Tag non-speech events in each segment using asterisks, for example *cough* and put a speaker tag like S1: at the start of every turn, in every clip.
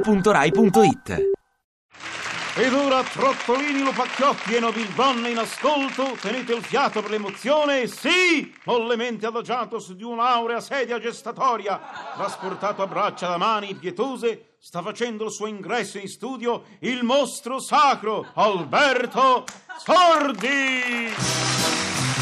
S1: radio2pod.rai.it
S2: Ed ora Trottolini, Lupacchiotti e Nobildonna in ascolto, tenete il fiato per l'emozione, sì, mollemente adagiato su di un'aurea sedia gestatoria, trasportato a braccia da mani pietose, sta facendo il suo ingresso in studio il mostro sacro, Alberto Sordi!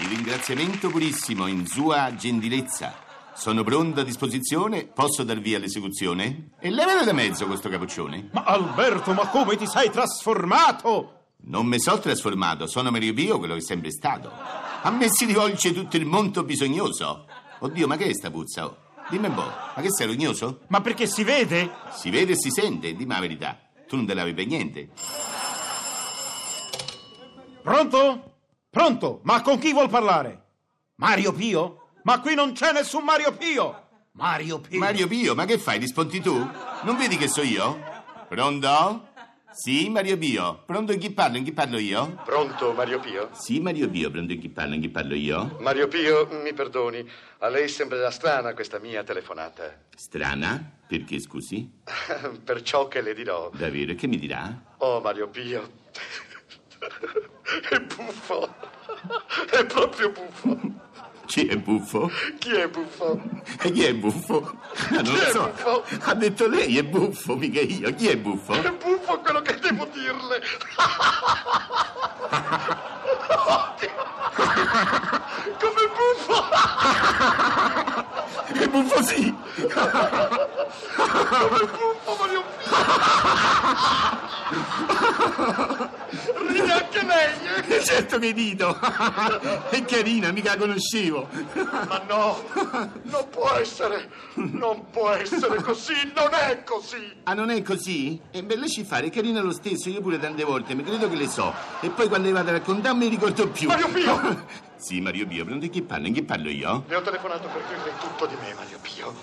S3: Il ringraziamento purissimo in sua gentilezza. Sono pronto a disposizione, posso dar via all'esecuzione? E levate da mezzo questo capoccione.
S2: Ma Alberto, ma come ti sei trasformato?
S3: Non mi so trasformato, sono Mario Pio, quello che è sempre stato. A me si rivolge tutto il mondo bisognoso. Oddio, ma che è sta puzza? oh? Dimmi un po', ma che sei rognoso?
S2: Ma perché si vede?
S3: Si vede e si sente, dimmi la verità. Tu non te lavi per niente.
S2: Pronto? Pronto? Ma con chi vuol parlare? Mario Pio? Ma qui non c'è nessun Mario Pio! Mario Pio.
S3: Mario Pio, ma che fai? Rispondi tu? Non vedi che so io? Pronto? Sì, Mario Pio. Pronto in chi parlo? In chi parlo io?
S4: Pronto, Mario Pio?
S3: Sì, Mario Pio, pronto in chi parlo? In chi parlo io?
S4: Mario Pio, mi perdoni, a lei sembrerà strana questa mia telefonata. *laughs*
S3: Strana? Perché scusi?
S4: per ciò che le dirò.
S3: Davvero, che mi dirà?
S4: Oh, Mario Pio. *laughs* È buffo. È proprio buffo.
S3: Chi è buffo?
S4: Chi è buffo?
S3: E chi è buffo? Ah, Non
S4: Chi
S3: lo
S4: è
S3: so.
S4: buffo?
S3: Ha detto lei è buffo, mica io. Chi è buffo?
S4: È buffo quello che devo dirle. *laughs* Come buffo,
S3: È buffo sì!
S4: come buffo, Mario Pio. *laughs* Ride anche lei. eh?
S3: Certo che dito! È carina, mica la conoscevo!
S4: Ma no, non può essere, non può essere così, non è così.
S3: Ah, non è così? E beh, lasci fare, è carina lo stesso, io pure tante volte, mi credo che le so. E poi quando le vado a raccontare mi ricordo più.
S4: Mario Pio!
S3: Sì, Mario Pio, pronto in chi parlo? In chi parlo io?
S4: Le ho telefonato per dirle tutto di me, Mario Pio.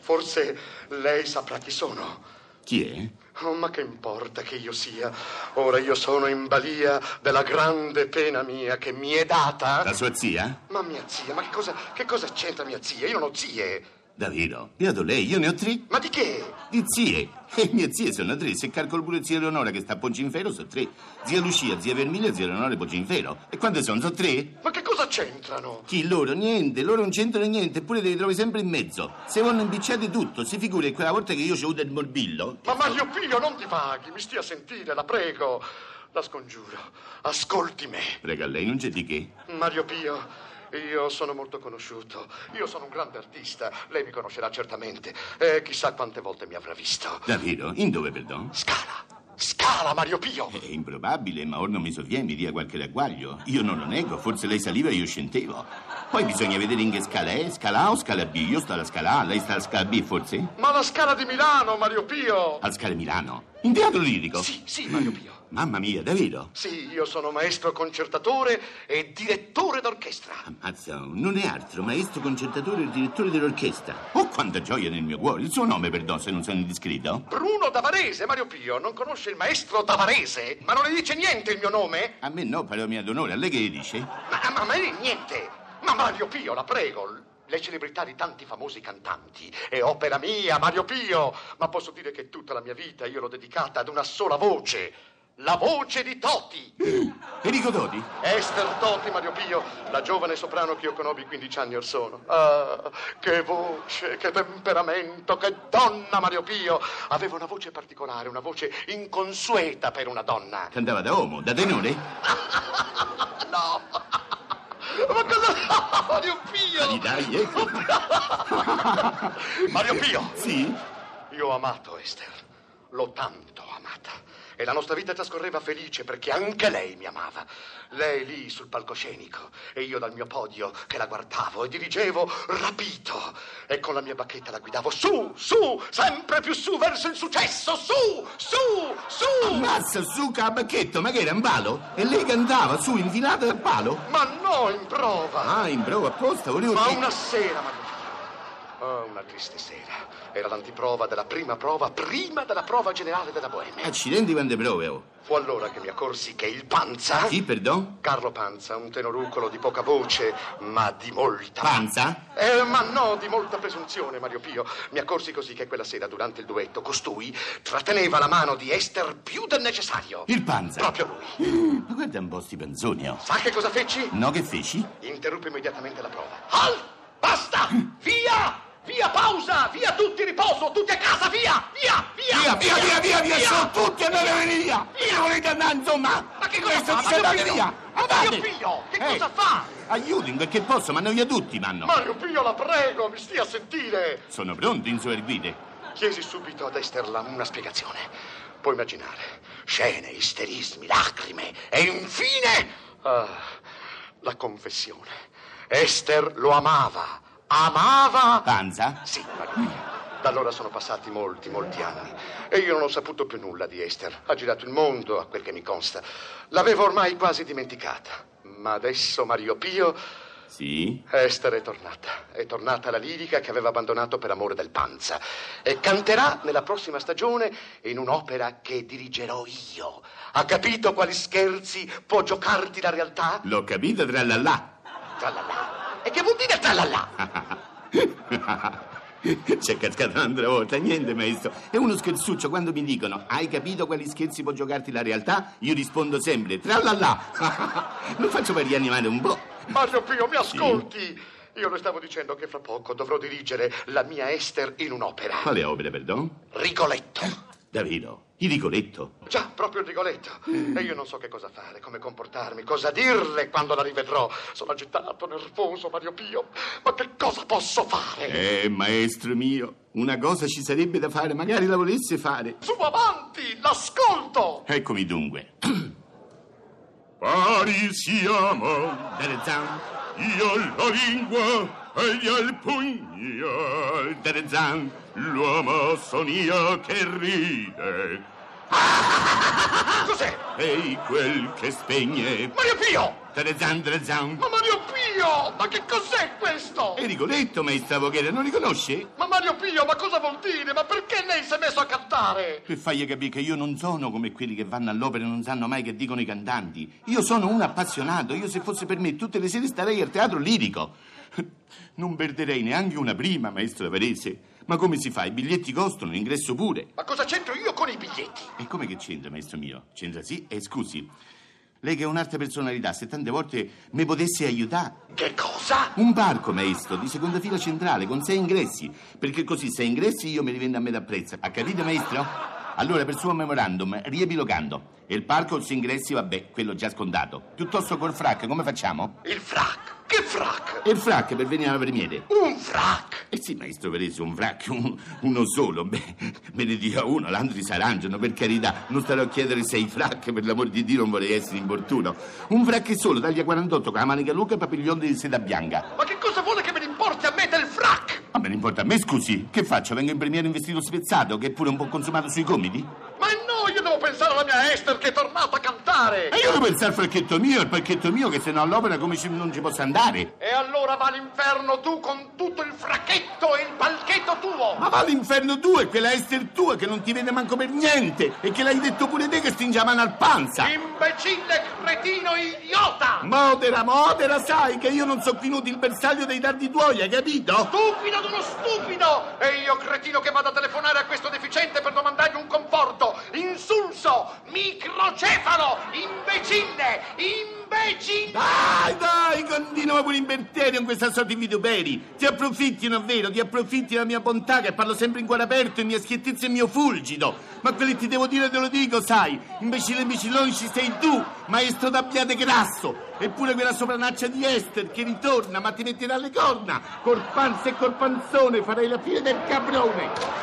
S4: Forse lei saprà chi sono.
S3: Chi è?
S4: Oh, ma che importa che io sia? Ora io sono in balia della grande pena mia che mi è data.
S3: La sua zia?
S4: Ma mia zia, ma che cosa, che cosa c'entra mia zia? Io non ho zie.
S3: Davvero? Io do lei, io ne ho tre.
S4: Ma di che?
S3: Di zie. *laughs* E mie zie sono tre. Se calcolo pure zia Leonora che sta a Poggingfero, sono tre. Zia Lucia, zia Vermilia, zia Leonora e Poggingfero. E quante sono? Sono tre?
S4: Ma che cosa c'entrano?
S3: Chi loro? Niente, loro non c'entrano niente, eppure te li trovi sempre in mezzo. Se vanno impicciate tutto, si figura che quella volta che io ho avuto il morbillo.
S4: Ma Mario Pio, non divaghi, mi stia a sentire, la prego. La scongiuro, ascolti me.
S3: Prega lei, non c'è di che.
S4: Mario Pio, io sono molto conosciuto. Io sono un grande artista. Lei mi conoscerà certamente. E chissà quante volte mi avrà visto.
S3: Davvero? In dove, perdono?
S4: Scala! Scala, Mario Pio!
S3: È improbabile, ma or non mi sovviene, mi dia qualche ragguaglio. Io non lo nego, forse lei saliva e io scendevo. Poi bisogna vedere in che scala è, scala A o scala B. Io sto alla scala A, lei sta alla scala B, forse?
S4: Ma la scala di Milano, Mario Pio!
S3: Al Scala Milano? In teatro lirico?
S4: Sì, sì, Mario Pio.
S3: Mamma mia, davvero?
S4: Sì, io sono maestro concertatore e direttore d'orchestra.
S3: Ammazza, non è altro, maestro concertatore e direttore dell'orchestra. Oh, quanta gioia nel mio cuore. Il suo nome, perdono, se non sono indiscreto.
S4: Bruno Davarese, Mario Pio, non conosce il maestro Davarese? Ma non le dice niente il mio nome?
S3: A me no, parola mia d'onore, a lei che gli dice?
S4: Ma, ma, ma lei niente! Ma Mario Pio, la prego! Le celebrità di tanti famosi cantanti è opera mia, Mario Pio! Ma posso dire che tutta la mia vita io l'ho dedicata ad una sola voce, la voce di Toti!
S3: Enrico Toti?
S4: Esther Toti, Mario Pio, la giovane soprano che io conobbi 15 anni or sono. Ah, che voce, che temperamento, che donna, Mario Pio! Aveva una voce particolare, una voce inconsueta per una donna.
S3: Cantava da uomo, da tenore?
S4: No! Ma cosa... Mario Pio!
S3: Dai, dai, eh.
S4: Mario Pio,
S3: Sì?
S4: io ho amato Esther, l'ho tanto amata. E la nostra vita trascorreva felice perché anche lei mi amava. Lei lì sul palcoscenico e io dal mio podio che la guardavo e dirigevo rapito. E con la mia bacchetta la guidavo su, su, sempre più su verso il successo, su, su, su.
S3: Ammazza, su, cabacchetto, ma che era un palo? E lei cantava su, infilata dal palo?
S4: Ma no, in prova.
S3: Ah, in prova apposta, volevo...
S4: Ma
S3: che-
S4: una sera, Mario Pio, Oh, una triste sera. Era l'antiprova della prima prova, prima della prova generale della Boemia.
S3: Accidenti quante prove, oh.
S4: Fu allora che mi accorsi che il Panza...
S3: Chi, perdon?
S4: Carlo Panza, un tenoruccolo di poca voce, ma di molta...
S3: Panza?
S4: Eh, ma no, di molta presunzione, Mario Pio. Mi accorsi così che quella sera, durante il duetto, costui tratteneva la mano di Esther più del necessario.
S3: Il Panza?
S4: Proprio lui.
S3: Ma guarda un po' sti panzoni, oh.
S4: Sa che cosa feci?
S3: No, che feci?
S4: Interruppe immediatamente la prova. Al! Basta! Via! Via pausa! Via tutti riposo! Tutti a casa! Via! Via!
S3: Via, via, via, via, via, sono tutti andate via! Via, volete andare, insomma!
S4: Ma che cosa
S3: Questo
S4: fa?
S3: dice
S4: Mario
S3: andate
S4: Pio?
S3: via!
S4: Mario
S3: Andate!
S4: Pio, che
S3: Eh,
S4: cosa fa?
S3: Aiuto, in qualche posto, ma noi a tutti, manno!
S4: Mario Pio, la prego, mi stia a sentire!
S3: Sono pronto, insoerguite.
S4: Chiesi subito ad Esterla una spiegazione. Puoi immaginare. Scene, isterismi, lacrime e infine... ah, la confessione. Esther lo amava. Amava...
S3: Panza?
S4: Sì, Maria mia. Da allora sono passati molti, molti anni e io non ho saputo più nulla di Esther. Ha girato il mondo, a quel che mi consta. L'avevo ormai quasi dimenticata. Ma adesso, Mario Pio,
S3: Sì?
S4: Esther è tornata. È tornata la lirica che aveva abbandonato per amore del panza. E canterà nella prossima stagione in un'opera che dirigerò io. Ha capito quali scherzi può giocarti la realtà?
S3: L'ho capito tra la là.
S4: Tralala. E che vuol dire tralala?
S3: *laughs* C'è cascato un'altra volta, niente maestro. È uno scherzuccio quando mi dicono hai capito quali scherzi può giocarti la realtà? Io rispondo sempre tra la *laughs* là. Lo faccio per rianimare un po'.
S4: Mario Pio, mi ascolti! Io le stavo dicendo che fra poco dovrò dirigere la mia Esther in un'opera.
S3: Quale opera, perdon?
S4: Rigoletto.
S3: Davvero? Il Rigoletto?
S4: Già, proprio il Rigoletto. E io non so che cosa fare, come comportarmi, cosa dirle quando la rivedrò. Sono agitato, nervoso, Mario Pio. Ma che cosa posso fare?
S3: Eh, maestro mio, una cosa ci sarebbe da fare, magari la volesse fare.
S4: Su avanti, l'ascolto!
S3: Eccomi dunque.
S1: *clears throat* Pari siamo,
S3: Darezzan,
S1: io la lingua, egli ha il pugno.
S3: Darezzan.
S1: L'uomo sono io che ride,
S4: Cos'è?
S3: Ehi, quel che spegne.
S4: Mario Pio!
S3: Darezzan, Darezzan.
S4: Ma Mario Pio! Ma che cos'è questo?
S3: E Rigoletto, maestra Voghera, non riconosce?
S4: Ma Mario Pio, ma cosa vuol dire? Ma perché lei si è messo a cantare?
S3: Per fargli capire che io non sono come quelli che vanno all'opera e non sanno mai che dicono i cantanti. Io sono un appassionato. Io, se fosse per me, tutte le sere starei al teatro lirico. *laughs* Non perderei neanche una prima, maestro Avarese. Ma come si fa? I biglietti costano, l'ingresso pure.
S4: Ma cosa c'entro io con i biglietti?
S3: E come che c'entra, maestro mio? C'entra sì e scusi. Lei che è un'altra personalità, se tante volte mi potesse aiutare.
S4: Che cosa?
S3: Un parco, maestro, di seconda fila centrale, con sei ingressi. Perché così sei ingressi io me li vendo a metà prezzo. Ha capito, maestro? Allora, per suo memorandum, riepilogando. E il parco, se ingressi, vabbè, quello già scontato. Piuttosto col frac, come facciamo?
S4: Il frac. Che frac?
S3: E il frac per venire alla premiere.
S4: Un frac.
S3: Eh sì, maestro Verese, un frac, un- uno solo. Beh, me ne dia uno, l'altro si arrangiano, per carità. Non starò a chiedere sei frac, per l'amor di Dio, non vorrei essere importuno. Un frac solo, taglia 48, con la manica lunga e papiglione di seta bianca.
S4: Ma che cosa vuole che me ne importi a me del frac?
S3: Ma me ne importa a me, scusi. Che faccio? Vengo in premiere in vestito spezzato, che è pure un po' consumato sui gomiti?
S4: Ma no, io devo pensare alla mia Esther che è tornata a cantare.
S3: E io devo pensare al fracchetto mio, al pacchetto mio, che se no all'opera come ci- non ci posso andare.
S4: E allora va all'inferno tu con tutto il fracchetto e il palchetto tuo.
S3: Ma va all'inferno tu e quella Esther tua che non ti vede manco per niente e che l'hai detto pure te che stringe la mano al panza.
S4: Imbecille, cretino, idiota.
S3: Modera, modera, sai che io non sono venuto il bersaglio dei dardi tuoi, hai capito?
S4: Stupido d'uno stupido! E io, cretino, che vado a telefonare a questo deficiente per domandargli un conforto! Insulso! Microcefalo! Imbecille! Imbecille!
S3: Dai, dai, continua pure in Berterio con questa sorta di vituperi. Ti approfittino, è vero, ti approfitti della mia bontà che parlo sempre in cuore aperto, in mia schiettezza e il mio fulgido. Ma quello che ti devo dire te lo dico, sai. Imbecille imbecillone ci sei tu, maestro d'abbiate grasso. Eppure quella sopranaccia di Esther che ritorna ma ti metterà le corna. Corpanza e corpanzone, farai la fine del caprone.